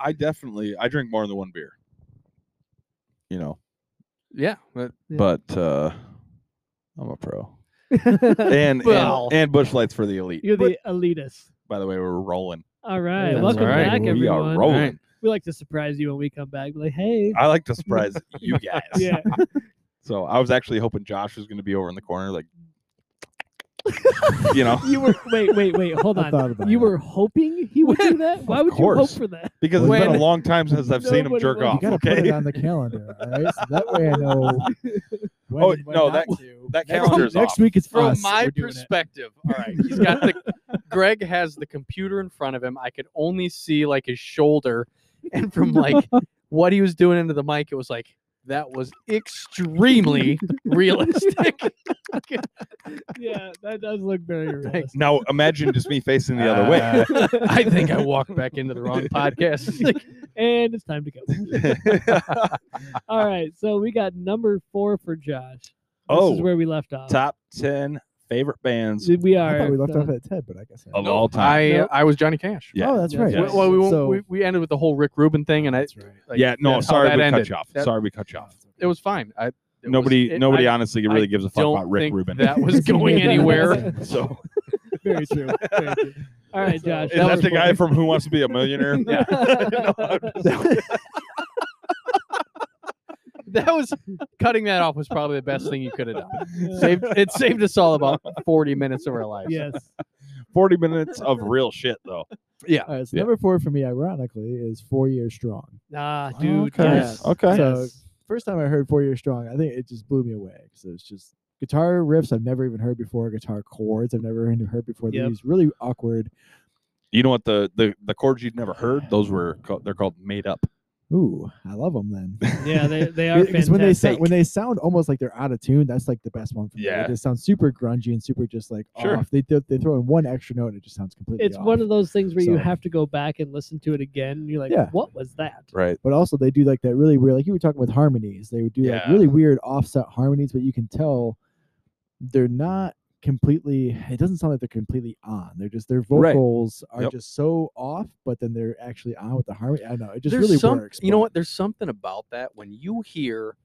I definitely I drink more than one beer. You know, Yeah, but Yeah. but uh I'm a pro. You're And Well. and, and bush lights for the elite. the elitist. By the way, we're rolling. All right, That's welcome all right. back, we everyone. are rolling. Alright. We like to surprise you when we come back. Like, hey, I like to surprise you guys. yeah, So I was actually hoping Josh was going to be over in the corner, like, you know, you were. Wait, wait, wait. Hold I on. thought about You it. were hoping he would do that. Why would you hope course. for that? because it's been When- a long time since I've seen him Nobody jerk was- off. You gotta put Oh, Okay, it on the calendar, all right? So that way I know. When, Oh, when no, not that- to. that Next- calendar's next off. week is from us. my We're doing it. perspective, all right, he's got the Greg has the computer in front of him. I could only see like his shoulder, and from like what he was doing into the mic, it was like that was extremely realistic. Yeah, that does look very realistic. Now imagine just me facing the other way. Uh, I think I walked back into the wrong podcast. Like, and it's time to go. All right, so we got number four for Josh. This is Oh. where we left off. Top ten favorite bands Did We I are. thought we left uh, off at Ted, but I guess. I of all time. I Nope. I was Johnny Cash. Oh, Yeah. Oh, that's That's right. right. Well, we, won't- so, we we ended with the whole Rick Rubin thing, and I that's right. like, yeah, no, that's how sorry that we cut ended. you off. That- sorry we cut you off. it was fine. I, it was- nobody, it- nobody I honestly really gives a fuck don't about Rick think Rubin. That was going anywhere. so Very true. Very true. All right, Josh. is that, was the guy fun. from Who Wants to Be a Millionaire? No, I'm that was cutting that off was probably the best thing you could have done. Saved, it saved us all about 40 minutes of our lives. yes. Forty minutes of real shit though. All right, so Yeah. number four for me, ironically, is Four Years Strong. Uh, Ah, dude. Okay. Yes. Okay. So- Yes. First time I heard Four Years Strong, I think it just blew me away because it's just guitar riffs I've never even heard before, guitar chords I've never even heard before. Yep. These really awkward. You know what the the the chords you'd never heard? Those were called, they're called made up. Ooh, I love them then. Yeah, they, they are fantastic. when they sound when they sound almost like they're out of tune, that's like the best one for me. Yeah. They just sound super grungy and super just like Sure. off. They th- they throw in one extra note, and it just sounds completely. it's one off. of those things where you So- have to go back and listen to it again. And you're like, Yeah. what was that? Right. but also they do like that really weird like you were talking with harmonies they would do like Yeah. really weird offset harmonies but you can tell they're not completely it doesn't sound like they're completely on they're just their Right. vocals are Yep. just so off but then they're actually on with the harmony i don't know it just There's really some, works You know but- what? There's something about that when you hear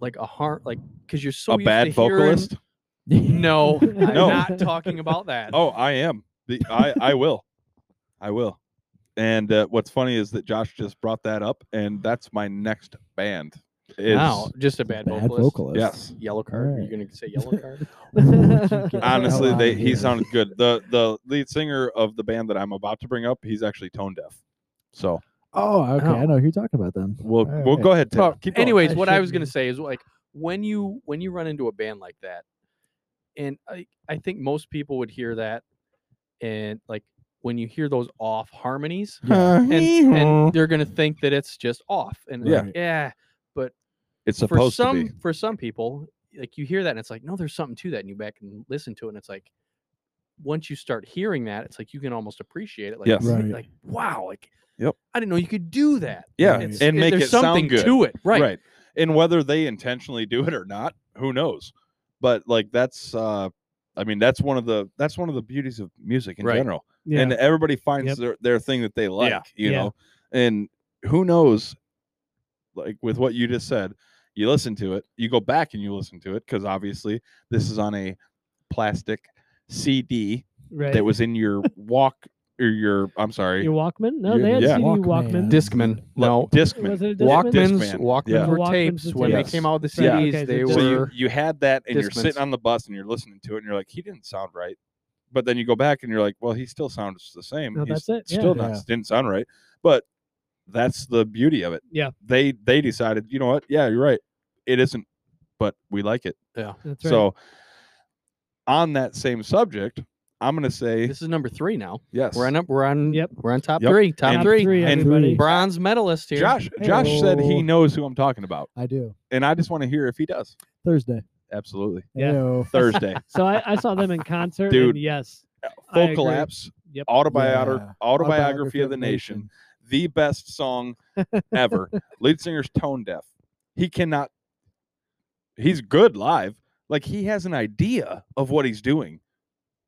like a heart, like, because you're so a used to bad hearing- vocalist? No, I'm No. not talking about that. Oh, I am. The, I I will. I will. And uh, what's funny is that Josh just brought that up, and that's my next band. Is no, just a bad, bad vocalist. vocalist yes. Yellow card. Are you Alright. going to say yellow card? Would you get Honestly, out they of he here? sounded good. the The lead singer of the band that I'm about to bring up, he's actually tone deaf. So oh okay Oh. i know who you're talking about then we'll All we'll right. go ahead. Tim. Well, Keep going. anyways, I what I was gonna shouldn't- say is like when you when you run into a band like that, and I I think most people would hear that, and like when you hear those off harmonies, and, and they're gonna think that it's just off, and like, Yeah. yeah. But it's for supposed to some be. for some people, like you hear that and it's like no, there's something to that, and you back and listen to it, and it's like once you start hearing that, it's like you can almost appreciate it. Like, Yes. Right. like wow, like Yep. I didn't know you could do that. Yeah, Right. and make there's it sound something good. to it, right? And whether they intentionally do it or not, who knows? But like that's uh I mean that's one of the that's one of the beauties of music in Right. general. Yeah. And everybody finds Yep. their, their thing that they like, you Yeah. know. And who knows like with what you just said, you listen to it, you go back and you listen to it cuz obviously this is on a plastic CD right. that was in your walk or your I'm sorry, Your Walkman? No, Your- they had yeah. CD Walkman. Walkman. Discman. lo- Discman. Was it a Discman? Walkmans, Discman. Walkmans Yeah. were Walkmans tapes and when tapes. they came out with the Yeah. CDs. Okay, so they just- so you, were you had that and you're Discmans. sitting on the bus and you're listening to it and you're like he didn't sound right but then you go back and you're like well he still sounds the same No, He's that's it, yeah. still not Yeah. didn't sound right but that's the beauty of it Yeah. they they decided you know what yeah you're right it isn't but we like it That's right. so on that same subject i'm going to say this is number three now. yes We're on up. We're on. Yep. We're on top Yep. three. Top And- three. and- everybody. Bronze medalist here. josh josh said he Hello. knows who i'm talking about i do and i just want to hear if he does thursday absolutely Yeah. Ayo. thursday so I, I saw them in concert. Dude. And yes. I full agree. collapse Yep. autobiography Yeah. autobiography of the nation the best song ever. Lead singer's tone deaf. He cannot. He's good live. Like he has an idea of what he's doing,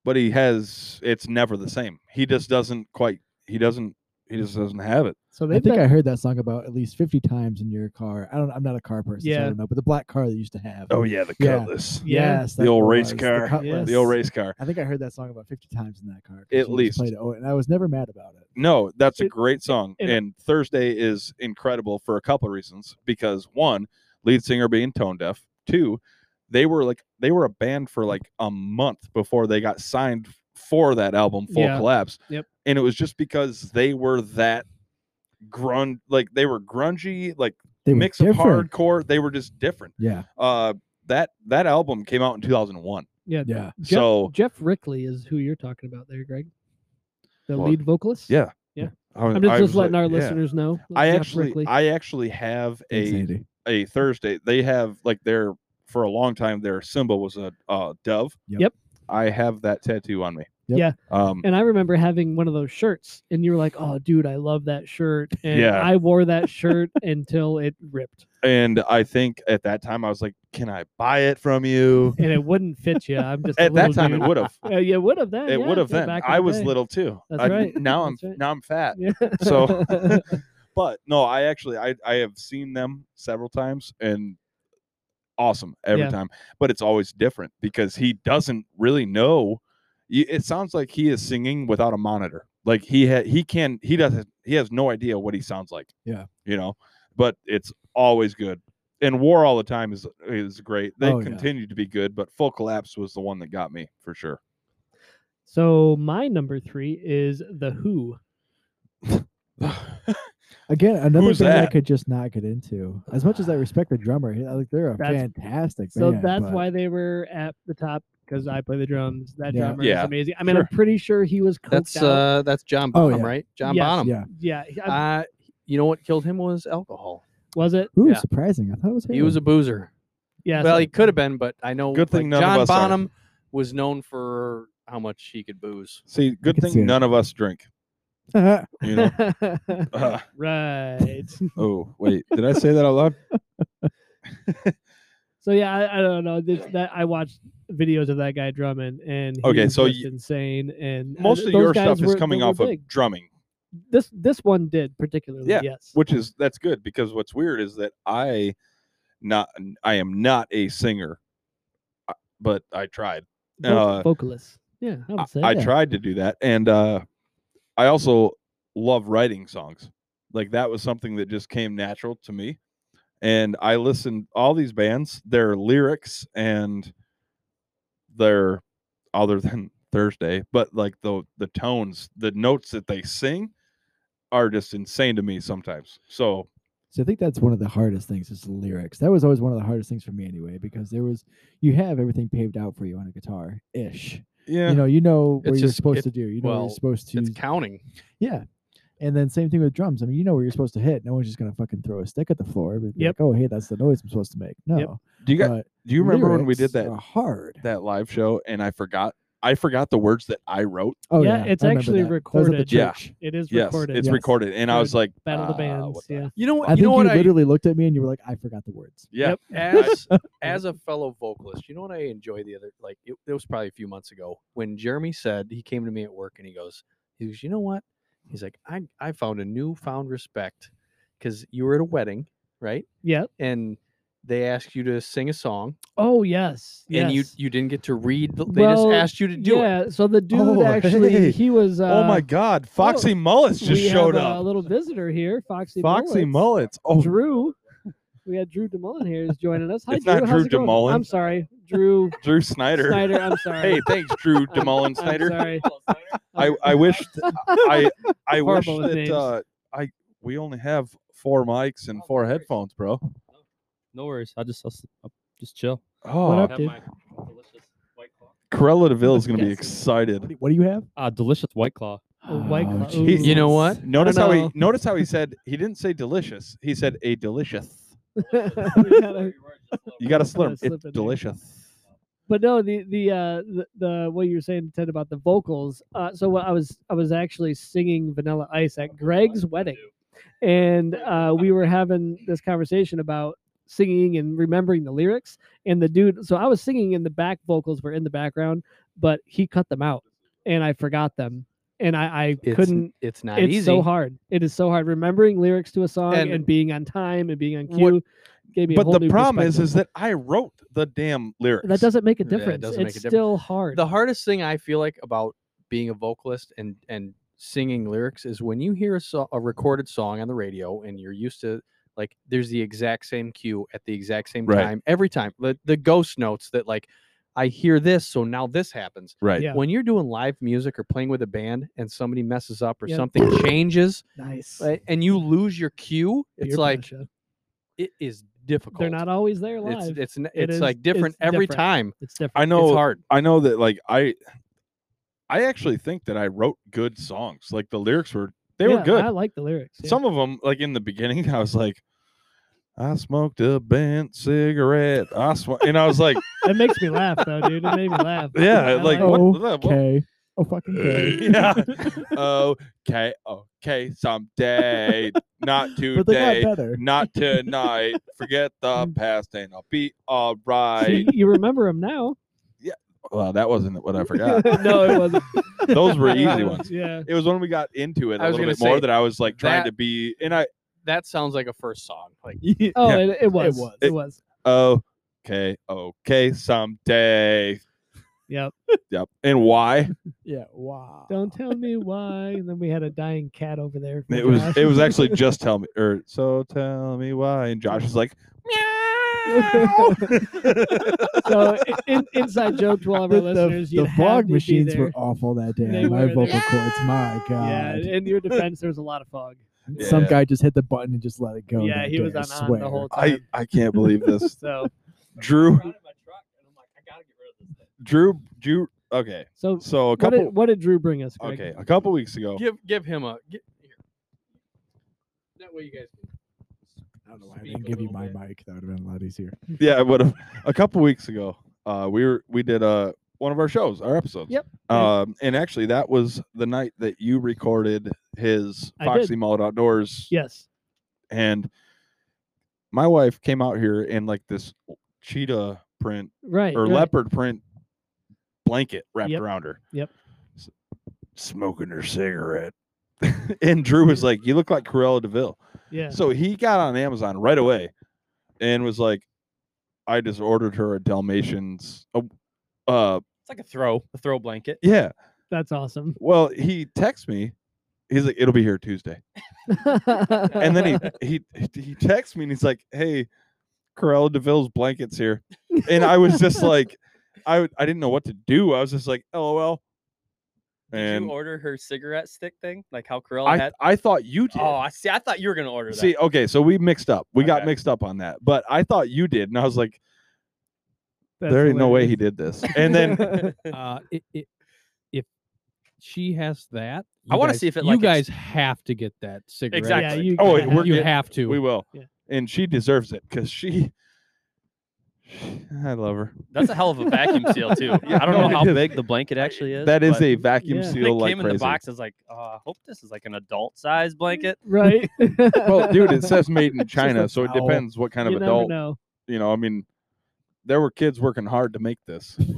but he has. It's never the same. He just doesn't quite. He doesn't. he just doesn't have it. So I they've think been, I heard that song about at least fifty times in your car. I don't. I'm not a car person. so I Yeah. don't know. But the black car they used to have. Oh yeah, the Yeah. Cutlass, yeah. Yes, The that's old what it race was, car. The, Cutlass. the old race car. I think I heard that song about 50 times in that car. 'cause At she just least. played it over- and I was never mad about it. No, that's a It- great song. it- and Thursday is incredible for a couple of reasons. Because one, lead singer being tone deaf. Two, they were like they were a band for like a month before they got signed for that album Full Yeah. Collapse. Yep. And it was just because they were that grunge like they were grungy, like They were mix of different. hardcore. They were just different. Yeah, Uh that that album came out in 2001. yeah, yeah. Jeff, So Jeff Rickley is who you're talking about there, Greg, the Well, lead vocalist. yeah, I I'm just, I just was like, letting our yeah. listeners know. I Jeff actually Rickley. I actually have a Insanity. a Thursday. They have like their for a long time their symbol was a uh, dove. Yep. Yep. I have that tattoo on me. Yep. Yeah. Um. and I remember having one of those shirts, and you were like, "Oh, dude, I love that shirt." And Yeah. I wore that shirt until it ripped, And I think at that time I was like, "Can I buy it from you?" and it wouldn't fit you. I'm just a At that little time, dude. it would have. Uh, yeah, would have then. It yeah, would have yeah, then. back in I the was day. little too. That's I- right. Now I'm That's right. now I'm fat. Yeah. So, but no, I actually I I have seen them several times and awesome every Yeah. time. But it's always different because he doesn't really know. y- It sounds like he is singing without a monitor. Like he had he can he doesn't he has no idea what he sounds like. Yeah. you know. But it's always good. And War All the Time is is great. They Oh, yeah. continue to be good, but Full Collapse was the one that got me for sure. so my number three is the Who. Again, another Who's thing that? I could just not get into. As much as I respect the drummer, he- like they're a That's- fantastic. So band, that's but why they were at the top because I play the drums. That Yeah. drummer Yeah, is amazing. I mean, sure. I'm pretty sure he was coked That's out. uh, that's John Oh, Bonham, yeah. right? John Yes. Bonham. Yeah. yeah, he- I- Uh, you know what killed him was alcohol. was it? Ooh, yeah. surprising! I thought it was. He was a boozer. Yeah. well, so- he could have been, but I know. Good thing like, none of John us are. Bonham was known for how much he could booze. See, good can see thing it. none of us drink. a. You know. Uh, right. Oh, wait. Did I say that out loud? So yeah, I, I don't know. This, that I watched videos of that guy drumming, and he Okay, was so just y- insane. And uh, Most th- of those your guys stuff were- is they coming were off big. of drumming, this. This one did particularly. Yeah, Yes. which is that's good because what's weird is that I not I am not a singer, uh, but I tried. Voc- uh, vocalist. Yeah, I I, would say. I yeah. tried to do that and uh I also love writing songs. Like that was something that just came natural to me. And I listened all these bands, their lyrics and their other than Thursday, but like the the tones, the notes that they sing are just insane to me sometimes. So So I think that's one of the hardest things is the lyrics. That was always one of the hardest things for me anyway, because there was you have everything paved out for you on a guitar ish. yeah. You know, you know what It's you're just- supposed it- to do. You know what well, you're supposed to It's counting. Yeah. And then same thing with drums. I mean, you know where you're supposed to hit. No one's just gonna fucking throw a stick at the floor. But be Yep. like, oh hey, that's the noise I'm supposed to make. No. do you guys, but do you remember when we did uh, that lyrics are hard. that live show and I forgot I forgot the words that I wrote? Oh Yeah, yeah, it's I remember actually that. That was at the recorded. Yeah. church. It is Yes, recorded. it's Yes. recorded. And I For was like, Battle of the "Uh, Bands. what the Yeah. You know I what? think You you, know what? I, literally looked at me and you were like, I forgot the words. Yeah. Yep. as as a fellow vocalist, you know what I enjoy the other like it, it was probably a few months ago when Jeremy said he came to me at work and he goes, he goes, you know what? He's like, I I found a newfound respect because you were at a wedding, right? Yeah. And they asked you to sing a song, Oh yes. and you yes. you didn't get to read. the- They Well, just asked you to do it. yeah. So the dude Oh, actually, hey. he was. Uh, oh my God, Foxy Mullets just we showed have uh, A up. little visitor here, Foxy. Foxy Mullets. Mullins. Oh, Drew. We had Drew DeMullen here is joining us. Hi, It's Drew. not How's Drew it going? DeMullen. I'm sorry, Drew Drew Snyder. Snyder. I'm sorry. Hey, thanks, Drew Demolin I'm Snyder. sorry. I, I wish th- I I wish Horrible with that names. uh, I we only have four mics and Oh, four no worries. headphones, bro. No worries. I just I'll, s- I'll just chill. Oh, up? Have dude? my delicious white claw. Corella Deville is gonna be Yes. What excited. do, what do you have? Uh, delicious white claw. A white Oh, claw. jeez. Ooh. You know what? Notice I how he know. notice how he said he didn't say delicious. He said a delicious. gotta- You got to Gotta slurp. slip It's in there. delicious. But no, the the uh the, the what you were saying Ted about the vocals. Uh, so what I was I was actually singing Vanilla Ice at Greg's wedding, and uh, we were having this conversation about singing and remembering the lyrics. And the dude, so I was singing, and the back vocals were in the background, but he cut them out, and I forgot them. and I, I It's, couldn't. It's not It's easy. so hard. It is so hard remembering lyrics to a song and, And- being on time and being on What- cue. gave me a But whole the new problem is, perspective. is that I wrote the damn lyrics. that doesn't make a Yeah, it difference. doesn't it's make a difference. still hard. The hardest thing I feel like about being a vocalist and and singing lyrics is when you hear a, so- a recorded song on the radio and you're used to like there's the exact same cue at the exact same Right. time every time the, the ghost notes that like I hear this so now this happens right. Yeah. when you're doing live music or playing with a band and somebody messes up or Yeah. something changes nice. like, and you lose your cue it's Beer like Pasha. it is difficult they're not always there live. it's It's, it's, n- It it's is- like different it's every different. time different. I know. it's hard I know that like I I actually think that I wrote good songs. Like the lyrics were they Yeah, were good. I like the lyrics. yeah. Some of them like in the beginning I was like I smoked a bent cigarette. I sw-, and I was like, it makes me laugh though, dude. It made me laugh. I yeah, like it. what, the- what- Okay. Oh fucking okay. yeah. Okay, okay, someday, not But they today, got better. not tonight. Forget the past and I'll be all right. See, you remember them now? Well, that wasn't what I forgot. no, it wasn't. Those were easy Uh, ones. Yeah. It was when we got into it a I was little gonna bit more say, that I was like trying that- to be, and I that sounds like a first song like Oh, Yeah. it, it was. It was. was. It- oh, okay, okay, someday. Yep. Yep. And why? Yeah. Wow. Don't tell me why. And then we had a dying cat over there. from It was Josh. it was actually just tell me or so tell me why. And Josh was like, meow. so i- in, inside joke to all of our The, the- listeners. you the fog machines were awful that day. They My were, they vocal were. cords. My Yeah, God. in your defense, there was a lot of fog. Some Yeah. guy just hit the button and just let it go. yeah, that he was day, I on on swear. the whole I time. I can't believe this. so Drew Out of my truck, and I'm like, I gotta get rid of this thing. Drew Drew. Okay, so so a what, couple. did, what did Drew bring us? Greg? Okay, a couple weeks ago. give give him a gi- here. that way you guys can I don't know why I Speak didn't a give you little my bit. mic. That would have been a lot easier. Yeah, but a, a couple weeks ago, uh, we were we did uh one of our shows, our episodes. Yep. Um, and actually, that was the night that you recorded his I did. Foxy Mullet Outdoors, Yes. and my wife came out here in like this cheetah print Right. or right. leopard print blanket wrapped Yep, around her. yep. S- Smoking her cigarette. and Drew was like, You look like Corella DeVille. Yeah. So he got on Amazon right away and was like, I just ordered her a Dalmatians. Uh, uh It's like a throw, a throw blanket. yeah. That's awesome. Well, he texts me. He's like, it'll be here Tuesday. And then he he he texts me and he's like, Hey, Corella DeVille's blankets here. And I was just like, I w- I didn't know what to do. I was just like, LOL. Did you And order her cigarette stick thing, like how Corella I had? I thought you did. Oh, I see. I thought you were gonna order that. See, okay, so we mixed up. We got Okay. mixed up on that. But I thought you did, and I was like, That's there ain't no way he did hilarious. this. And then uh it, it, if she has that I you wanna guys- see if it, you like, guys ex- have to get that cigarette Exactly. Yeah, you Oh, gotta it worked have you it- have to we will. Yeah. And she deserves it because she, I love her. That's a hell of a vacuum seal too. Yeah, I don't no, know it how is. big the blanket actually is. That is but a vacuum Yeah. when it seal like came in crazy. the box. I was like, oh, I hope this is like an adult size blanket. Right. well, dude, it says made in It's just China, a so it towel. depends what kind of you never adult. know. You know, I mean, there were kids working hard to make this.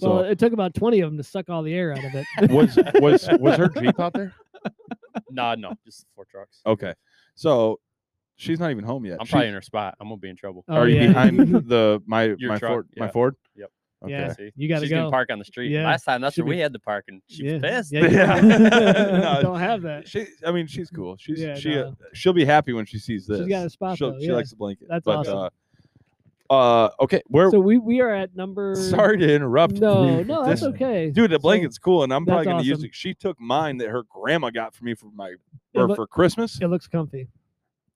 Well, So it took about 20 of them to suck all the air out of it. was was was her Jeep out there? Nah, no, just four trucks. Okay, so she's not even home yet. I'm Oh, She- probably in her spot. I'm gonna be in trouble. Oh, Are you yeah. behind the my Your my truck, Ford my yeah. Ford? Yep. Okay. Yeah. See? You gotta She's go. gonna park on the street. Yeah, Last time, that's should where be- we had to park, and she Yeah, was pissed. yeah, you Yeah. Don't have that. She, I mean, she's cool. She's Yeah, she uh, no. she'll be happy when she sees this. She's got a spot, She'll- though, She yeah. likes the blanket. That's but, awesome. Uh, uh, okay, where? So we, we are at number. sorry to interrupt. No, no, that's This- okay. Dude, the So- blanket's cool, and I'm probably That's gonna use awesome. it. She took mine that her grandma got for me for my It or look- for Christmas. It looks comfy.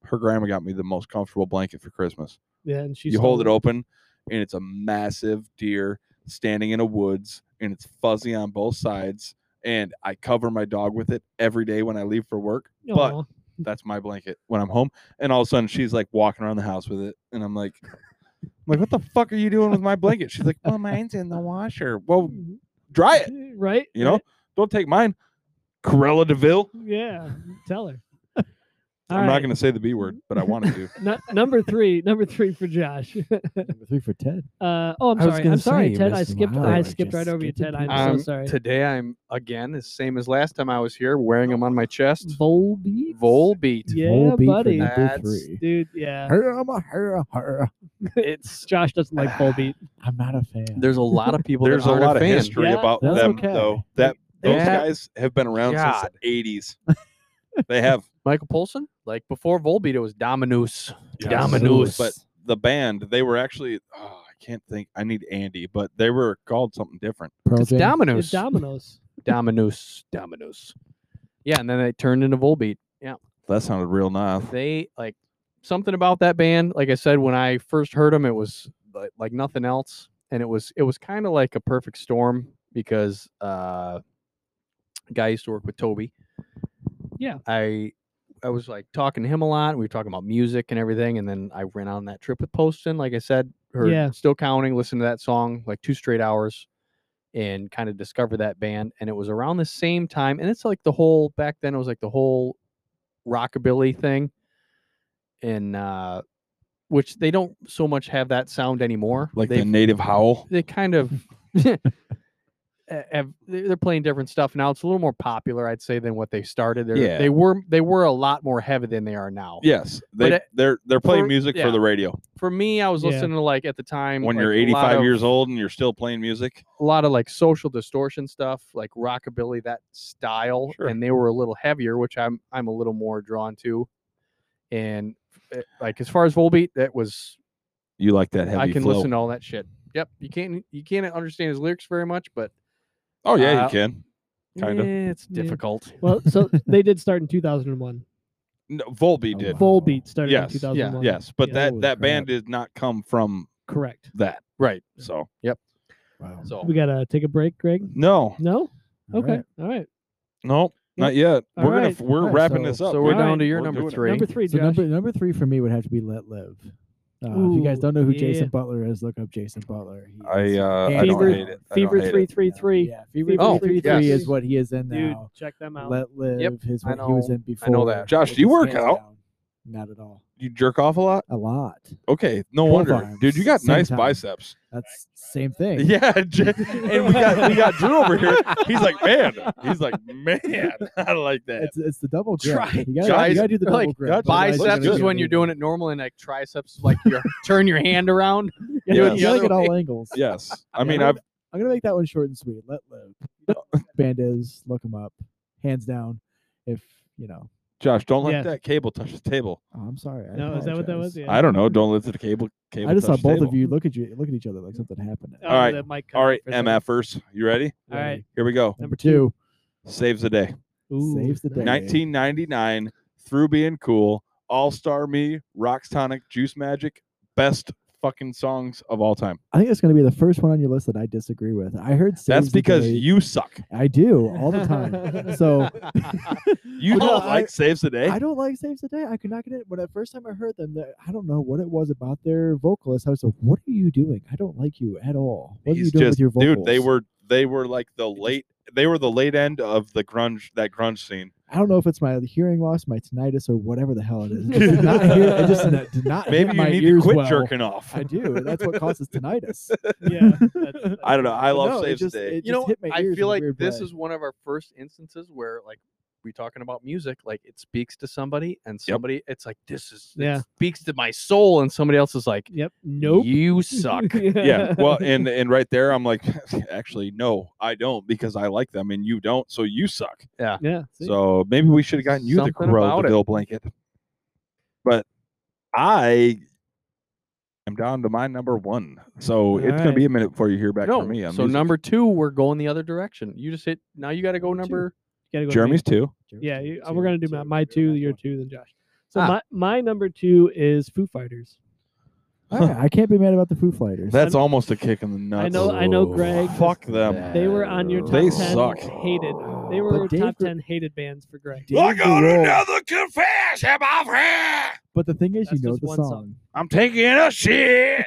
Her grandma got me the most comfortable blanket for Christmas. Yeah, and she's you hold it open, and it's a massive deer standing in a woods, and it's fuzzy on both sides. And I cover my dog with it every day when I leave for work. but- that's my blanket when I'm home. And all of a sudden she's like walking around the house with it. And I'm like, I'm like, what the fuck are you doing with my blanket? She's like, well, mine's in the washer. Well, dry it, Mm-hmm. right? you know? Don't take mine. Corella DeVille. Yeah, tell her. All I'm right. not going to say the B word, but I wanted to. Nu- number three, number three for Josh. Number three for Ted. Uh, oh, I'm I was sorry. gonna I'm sorry, say, Ted. I Miss skipped. Wow, I I skipped just right over you, skipped Ted. I'm Um, so sorry. Today I'm again the same as last time I was here, wearing them on my chest. Volbeat. Volbeat. Yeah, Volbeat for buddy. number That's- three. Dude, yeah. Hurrah, my hurrah, hurrah. It's Josh doesn't like Volbeat. I'm not a fan. there's a lot of people. There's that a aren't lot of fan. history Yeah, about that's them, okay. though. That those Yeah. guys have been around God. since the 80s. They have Michael Polson, like before Volbeat, it was Dominus. Yes. Dominus. But the band, they were actually. Oh, I can't think. I need Andy, but they were called something different. Pearl it's Jam. Dominus. It's Domino's. Dominus. Dominus. Yeah, and then they turned into Volbeat. Yeah. That sounded real nice. Uh, they like something about that band like i said when i first heard them it was like, like nothing else and it was it was kind of like a perfect storm because uh a guy I used to work with toby Yeah. i i was like talking to him a lot we were talking about music and everything and then i went on that trip with poston like i said heard Yeah. still counting listened to that song like two straight hours and kind of discovered that band and it was around the same time and it's like the whole back then it was like the whole rockabilly thing and uh which they don't so much have that sound anymore Like they the native howl. they kind of eh, have, they- they're playing different stuff now it's a little more popular i'd say than what they started they Yeah. they were they were a lot more heavy than they are now Yes, But they it- they're they're playing for- music yeah. for the radio. for me i was Yeah. listening to like at the time When like, you're a lot 85 of- years old and you're still playing music, a lot of like social distortion stuff, like rockabilly that style, Sure. and they were a little heavier, which I'm I'm a little more drawn to. And eh, like as far as Volbeat, that was you like that heavy I can flow. listen to all that shit. Yep, you can't you can't understand his lyrics very much, but oh yeah, uh, you can. Kinda. eh, it's Yeah. difficult. Well, so they did start in 2001. No, Oh, Volbeat did. Vol- Volbeat started Yes, in yeah, 2001. yes, but Yeah. that Holy that crap. band did not come from Correct. that. Right. So Wow. So We got to take a break, Greg. no, No? All Okay. right. All right. no, not yet. All we're right, gonna we're all right, wrapping so- this up. so we're We're down doing- to your we're number doing it. three. Number three, So Josh. number number three for me would have to be Let Live. Uh, if you guys Ooh, don't know who yeah. Jason Butler is, look up Jason Butler. He is- I uh, I Fever- don't hate it. I don't Fever hate it. three, three, three. Yeah, Fever Oh, 333 yes. is what he is in Dude, now. check them out. Let Live Yep, is I what he was know- in before. I know that. Josh, do It's you work hands out? down, Not at all. You jerk off a lot. A lot. Okay, no Both wonder, arms, dude. You got same nice time. biceps. That's same thing. Yeah, J- and we got we got Drew over here. He's like, man. He's like, man. I like that. It's, it's the double grip. Try- you, gotta, try- you gotta do the double like, grip. gotcha. Looks otherwise you're Biceps gonna is be when you're doing it normal, and like triceps, is like you turn your hand around. You Yeah. gotta do it the at other all angles. Yes, I Yeah, mean, I'm I've gonna- I'm gonna make that one short and sweet. Let live. Bandas, look him up, hands down. If you know, Josh. Don't let Yeah. that cable touch the table. oh, I'm sorry. I No, is that what that apologize. was? Yeah. I don't know. Don't let the cable cable. I just saw touch the both of table. you look at you look at each other like something happened. Oh, All right. that mic cut All out right, for a second. MFers, you ready? All right. Here we go. Number two, Saves the day. Ooh, saves the day. nice. 1999 through being cool. All Star Me, Rocks Tonic, Juice Magic, best fucking songs of all time. I think it's gonna be the first one on your list that I disagree with. I heard saves That's the because day. you suck. I do all the time. so You Well, don't Oh, I- like Saves the Day. I don't like Saves the Day. I could not get it. When the first time I heard them, that I don't know what it was about their vocalist. I was like, "What are you doing? I don't like you at all. What are you He's doing just with your vocals?" dude. They were they were like the late. They were the late end of the grunge that grunge scene. I don't know if it's my hearing loss, my tinnitus, or whatever the hell it is. It just did not, hear, it just did did not hit Maybe you my need to ears quit well. jerking off. I do. That's what causes tinnitus. Yeah. that's- I don't know. I love No, it Saves just- the Day. it you just know, hit my I ears in feel a like weird this way. is one of our first instances where like we talking about music, like it speaks to somebody, and somebody it's like this is it Yeah. speaks to my soul, and somebody else is like, Yep. Nope. you suck. yeah well and and right there i'm like actually no i don't because i like them and you don't so you suck yeah. See? so maybe we should have gotten you the Something crow about the it. bill blanket but i am down to my number one so it's gonna be a minute before you hear back no, from me on so music. number two, we're going the other direction. You just hit now. You got to go number. Gotta go to jeremy's two Jerry, Yeah, Jerry, you, uh, we're gonna Jerry, do my, Jerry, my Jerry, two, Jerry. your two, then Josh. So Ah. my my number two is Foo Fighters. All right, I can't be mad about the Foo Fighters. that's almost a kick in the nuts I know, I know, Greg. fuck them They were on your top They ten. suck. Hated. They were Dave top Gr- ten hated bands for Greg. Dave Grohl. confession my friend But the thing is, That's you know just the one song. song. i'm taking a shit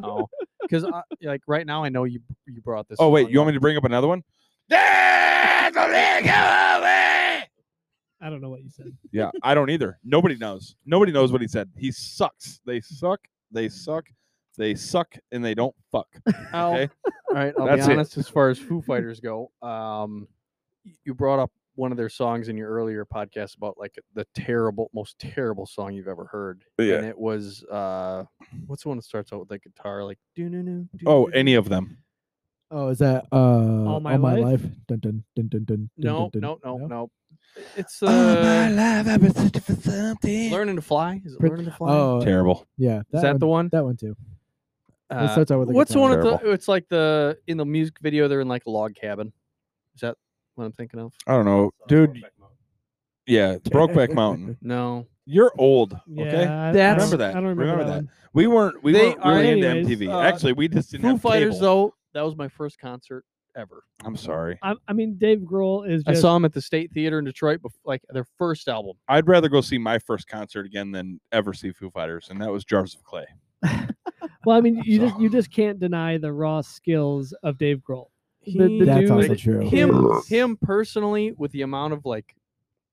No, because like right now, I know you you brought this. Oh wait, song you want up. me to bring up another one? That's a lick of a way. I don't know what you said. Yeah, I don't either. Nobody knows. Nobody knows what he said. He sucks. They suck. They suck. They suck, and they don't fuck. Al, Okay. All right, I'll That's it. be honest. As far as Foo Fighters go, um, y- you brought up one of their songs in your earlier podcast about like the terrible, most terrible song you've ever heard, Oh, Yeah. and it was uh, what's the one that starts out with that guitar like do no no. Oh, any of them. Oh, is that uh all My Life? Dun, dun, dun, dun, dun, no, dun, dun, no, no, no? no. It's All Oh, my uh, life I've been searching for something. learning to fly. Is it Prin- learning to fly? Oh, Terrible. yeah. is that one, the one? That one too. Uh, it starts out with a what's the guitar. one? At the, Terrible. it's like the in the music video they're in like a log cabin. Is that what I'm thinking of? I don't know, dude. Yeah, Brokeback Mountain. No, You're old. Yeah, Okay, I- I That's- don't- remember that. I don't remember, Remember that. that. one. we weren't. We They weren't are- really into anyways, MTV. uh, Actually, we just didn't Foo have Fighters cable. though. That was my first concert ever. I'm sorry. I, I mean, Dave Grohl is. I Just, saw him at the State Theater in Detroit, bef- like their first album. I'd rather go see my first concert again than ever see Foo Fighters, and that was Jars of Clay. Well, I mean, you So- just you just can't deny the raw skills of Dave Grohl. He, the That's dude- also Like, true. him, Yes. him personally, with the amount of like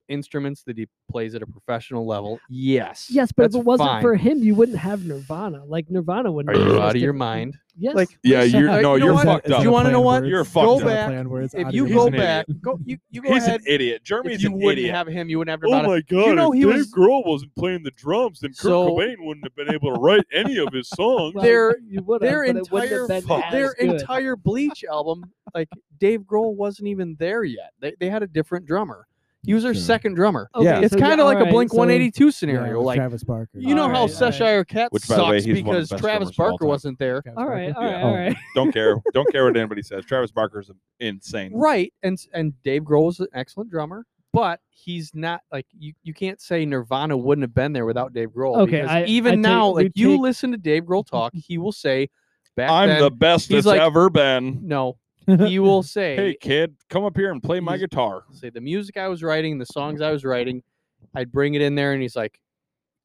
instruments that he plays at a professional level, yes, Yes, but that's if it wasn't fine. for him, you wouldn't have Nirvana. Like Nirvana are wouldn't. you exist out of your if- mind? Yes. Like, Yeah, listen, you're- I- no, you know you're what? fucked Do up. you want to know what? You're Go fucked up. back. If you He's go an idiot. back, go you you go He's ahead. an idiot. Jeremy's If you an wouldn't idiot. have him, you wouldn't have Oh Nirvana. my god! know if he Dave was- Grohl wasn't playing the drums, then Kurt So- Cobain wouldn't have been able to write any of his songs. Well, Their- you would have, their but it wouldn't have entire been fuck- as their good. entire Bleach album, like Dave Grohl wasn't even there yet. They, they had a different drummer. He was their Sure. second drummer. Okay, Yeah. It's so you- kind of like alright, a Blink so- 182 Yeah, scenario. with like Travis Barker. you know how Alright, Sesh Iroquette Which, by the way, sucks he's one of the because best Travis drummers of all Barker time. wasn't there. Travis All right, Barker? all right, Yeah. Oh. all right. Don't care. Don't care what anybody says. Travis Barker's insane. Right. And s- and Dave Grohl was an excellent drummer, but he's not like you, you can't say Nirvana wouldn't have been there without Dave Grohl. Okay, because I- even I take- now, we like you take- listen to Dave Grohl talk, he will say back I'm then, the best that's he's like- ever been. no. He will say Hey kid, come up here and play my He's- guitar. say the music I was writing, the songs I was writing, I'd bring it in there, and he's like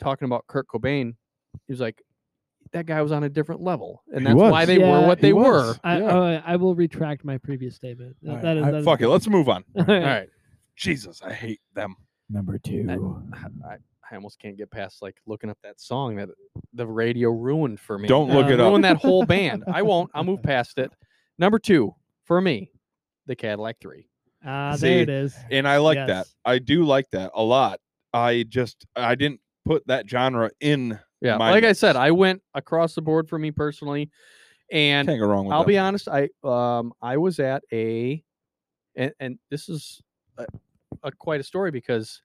talking about Kurt Cobain. He was like, that guy was on a different level, and He that's why was. they Yeah, were what he they was. were. I, Yeah. all right, I will retract my previous statement. All right, That is, I- that is- Fuck it, let's move on. All right. All right, Jesus, I hate them. Number two. I, I almost can't get past like looking up that song that the radio ruined for me. Don't look Uh, it up. ruined that whole band. I won't. I'll move past it. Number two for me, the Cadillac Three. Ah, See, there it is. And I like that. Yes. I do like that a lot. I just I didn't put that genre in. Yeah, My like I said, mix. I went across the board for me personally, and Can't go wrong with I'll them. be honest. I um I was at a, and and this is a, a quite a story because.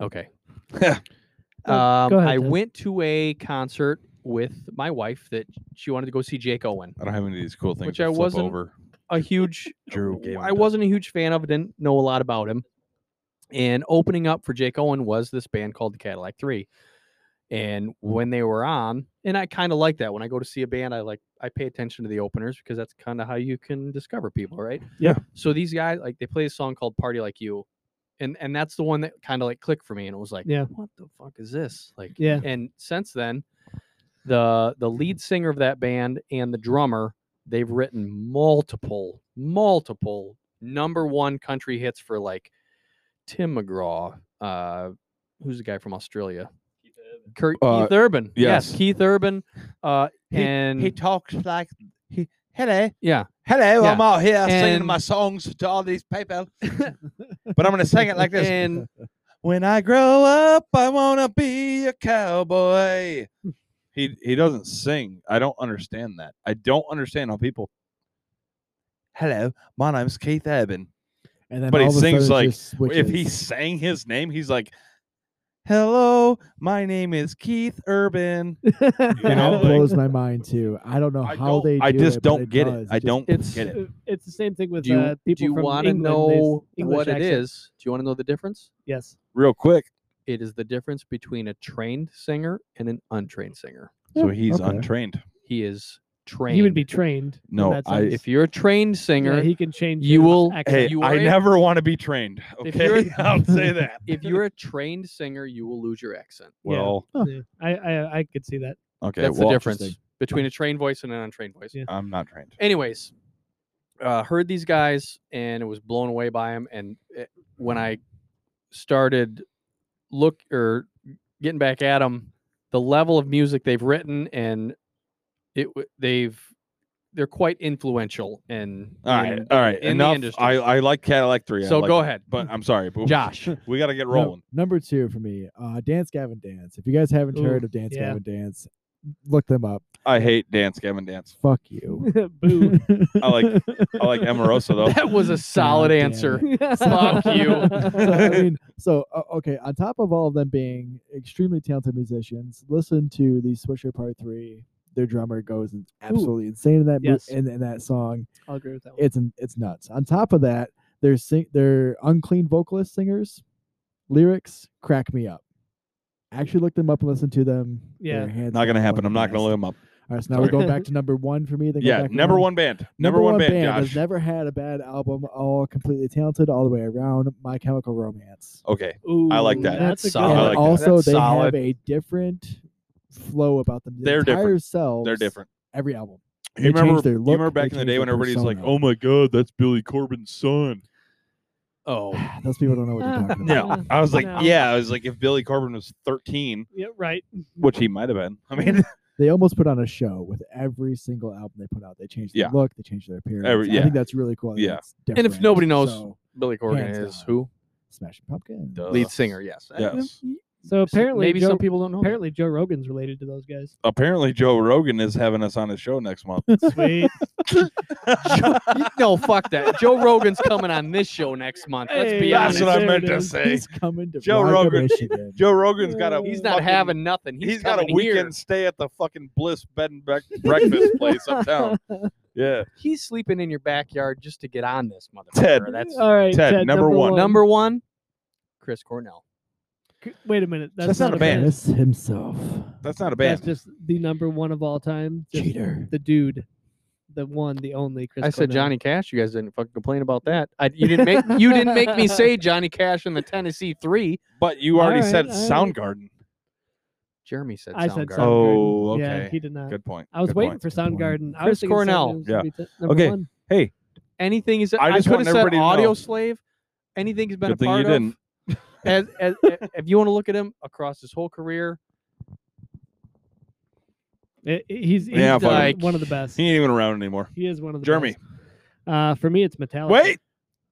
Okay. Go- um, go ahead, I Ted. went to a concert with my wife that she wanted to go see Jake Owen. I don't have any of these cool things. Which to I flip wasn't- over. A huge Drew gave I him to- wasn't a huge fan of. Didn't know a lot about him. And opening up for Jake Owen was this band called the Cadillac Three. And when they were on, and I kind of like that. When I go to see a band, I like I pay attention to the openers because that's kind of how you can discover people, right? Yeah. So these guys like they play a song called "Party Like You," and and that's the one that kind of like clicked for me, and it was like, Yeah. what the fuck is this? Like, Yeah. and since then, the the lead singer of that band and the drummer they've written multiple multiple number one country hits for like Tim McGraw, uh, who's the guy from Australia, Kurt, Uh, Keith Urban. yes. Keith Urban. Uh, He- he and talks like he hello. yeah, Hello, Yeah. I'm out here And- singing my songs to all these people. but I'm going to sing it like this. and when I grow up, I want to be a cowboy. He he doesn't sing. I don't understand that. I don't understand how people Hello, my name's Keith Urban. And then But he all of a sings sudden it like- just switches. If he sang his name, he's like Hello, my name is Keith Urban. you that know, like- blows my mind too. I don't know I how don't- they. I do just it, but don't get it. does. I just- don't it's get it. Uh, It's the same thing with do you, uh, people do you from want to England, they s- know English what it accent. is? Do you want to know the difference? Yes. Real quick. It is the difference between a trained singer and an untrained singer. So he's okay. untrained. He is trained. He would be trained. in No, that I- sense. If you're a trained singer, yeah, he can change. you his will- accent. Hey, you I are a- never want to be trained. If you're- Okay, I'll say that. if you're a trained singer, you will lose your accent. Yeah. well, Yeah, I, I I could see that. okay, That's well, the difference interesting. between a trained voice and an untrained voice. Yeah. I'm not trained. Anyways, uh, heard these guys and it was blown away by them. And it, when I started look or getting back at them, the level of music they've written and it w- they've they're quite influential and All right, all right. in the enough. industry. I, I like Cadillac Three. I so like Oh. go it, ahead, But I'm sorry, but Josh. we got to get No- rolling. number two for me, uh, Dance Gavin Dance. If you guys haven't Ooh, heard of Dance yeah. Gavin Dance, look them up. I hate Dance Gavin Dance. Fuck you. Boo. I like- I like Amorosa though. That was a solid damn answer. it. Fuck you. so, I mean, so uh, okay. On top of all of them being extremely talented musicians, listen to the Swisher Part Three. Their drummer goes in- absolutely insane in that mu- Yes. in, in that song. I'll agree with that one. It's in- it's nuts. On top of that, their sing- their unclean vocalist singers, lyrics crack me up. Actually, look them up and listen to them. Yeah. Their hands Not are gonna happen. fucking I'm not gonna blast. let him up. All right, so now we're Sorry. going back to number one for me. Then go Yeah, back number around. one band. Number one band. has Josh. never had a bad album. All completely talented, all the way around. My Chemical Romance. Okay. Ooh, I like that. That's, That's a good solid. and I one. like that. also, That's they solid. have a different flow about them. The They're entire different. Selves, They're different. Every album. You They remember, changed their you look, remember they back in the changed day their when everybody's like, persona. "Oh my God, that's Billy Corbin's son." Oh, Those people don't know what you're talking about. No, I was like, No. yeah, I was like, if Billy Corbin was 13, Yeah, right. which he might have been. I mean, They almost put on a show with every single album they put out. They changed their Yeah. look. They changed their appearance. Every- yeah. I think that's really cool. I think Yeah. that's if different. nobody knows- so, Billy Corgan Hands is down. who Smashing Pumpkins. lead singer. Yes. Uh, yes. So apparently, maybe Joe, some people don't know. that. apparently Joe Rogan's related to those guys. Apparently, Joe Rogan is having us on his show next month. Sweet. Joe- no, fuck that. Joe Rogan's coming on this show next month. Let's be Hey, That's honest. what I there meant it to is. say. He's coming to Joe Rock of Rogan. Michigan. Joe Rogan's got a. He's not fucking- having nothing. He's, he's got a coming weekend here. stay at the fucking Bliss Bed and Bec- Breakfast place uptown. Yeah. He's sleeping in your backyard just to get on this motherfucker. Ted. That's All right, Ted, number one. number one. Chris Cornell. C- Wait a minute. That's, That's not a band. Chris himself. That's not a That's band. just the number one of all time. Just Cheater. The dude, the one, the only. Chris I said Cornell. Johnny Cash. You guys didn't fucking complain about that. I, you didn't make you didn't make me say Johnny Cash and the Tennessee Three. But you already Alright, said alright. Soundgarden. Jeremy said. I said Soundgarden. Soundgarden. Oh, Yeah, okay. he did not. Good point. I was Good waiting point. for Good point. Soundgarden. I Chris was thinking Cornell. Soundgarden was Yeah. gonna be t- number Okay. one. Hey, Anything he's. I I just could want have said everybody to Audio know. Slave. Anything he's been a good thing you part of. didn't. as, as i- if you want to look at him across his whole career, I- I- he's he's Yeah, done fuck it. one of the best. He ain't even around anymore. He is one of the Jeremy. best. Uh, for me, it's Oh, Metallica. Wait,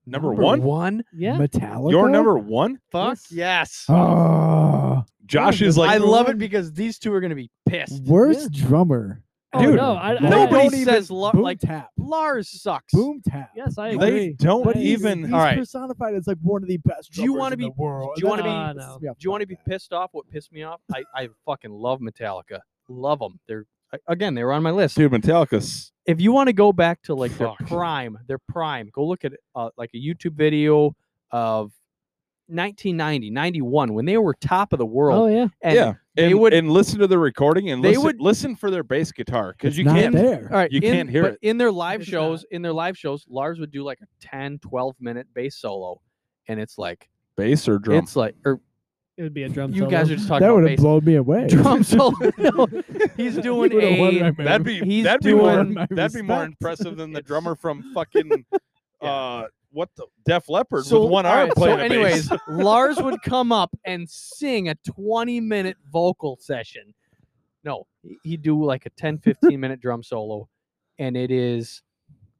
number, one? one, Yeah. Metallica. You're number one? fuck Yes. yes. Oh, Josh is I like, love one. it because these two are gonna be pissed. worst drummer. Oh, Dude, no, I, I, Nobody Don't even- says lo- boom like tap. Lars sucks. Boom tap. Yes, I agree. they don't But he's, even. he's all right. personified as like one of the best. Do you drummers wanna in be- the world. do you wanna That's- be- that's- Ah, yeah, Do you want to fuck be that. pissed off? What pissed me off? I, I fucking love Metallica. Love them. They're a- again, they were on my list. Dude, Metallica's. If you want to go back to like their Fuck. prime, their prime, go look at uh, like a YouTube video of 1990, 91 when they were top of the world. Oh yeah. and yeah. they and, would- and listen to the recording and they listen, would- listen for their bass guitar because It's you not can't. there. All right, You in- can't hear but it. in their live It's shows. In their live shows, Lars would do like a 10, 12 minute bass solo, and it's like Bass or drum? it's like or It would be a drum you solo. guys are just talking That about would have bass blown me away. drum solo. No, he's doing would've won a right there. that'd be he's that'd be doing- more my that'd be more respect. impressive than the drummer from fucking Yeah. uh what the Def Leppard So- with one all arm right, playing So, a anyways, bass. Lars would come up and sing a 20 minute vocal session. No, he- he'd do like a 10, 15 minute drum solo, and it is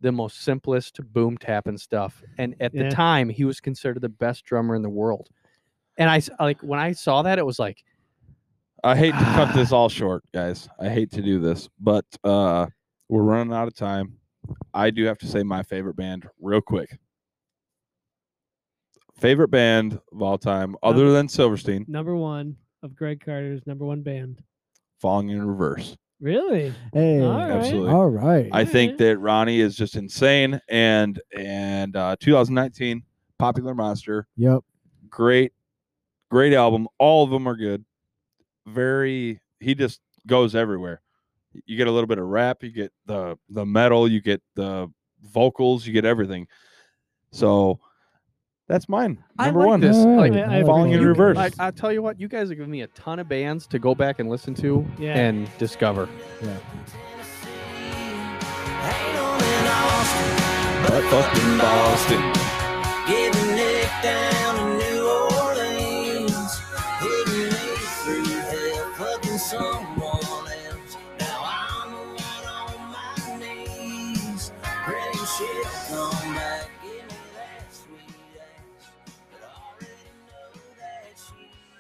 the most simplest boom tap and stuff. And at Yeah. the time, he was considered the best drummer in the world. And I s- like when I saw that, it was like, I hate to cut this all short, guys. I hate to do this, but uh we're running out of time. I do have to say my favorite band real quick. Favorite band of all time, other than Silverstein, number one of Greg Carter's number one band. Falling in Reverse. Really? Hey, All right. Absolutely. All right. I think Alright. that Ronnie is just insane, and and uh, 2019 popular monster, yep. great, great album. All of them are good. Very, he just goes everywhere. You get a little bit of rap, you get the the metal, you get the vocals, you get everything. So that's mine. Number I like one. this. Like, I- I- Falling in you- reverse. Like, I'll tell you what, you guys have given me a ton of bands to go back and listen to Yeah. and discover. But fucking Boston. Giving it down alone.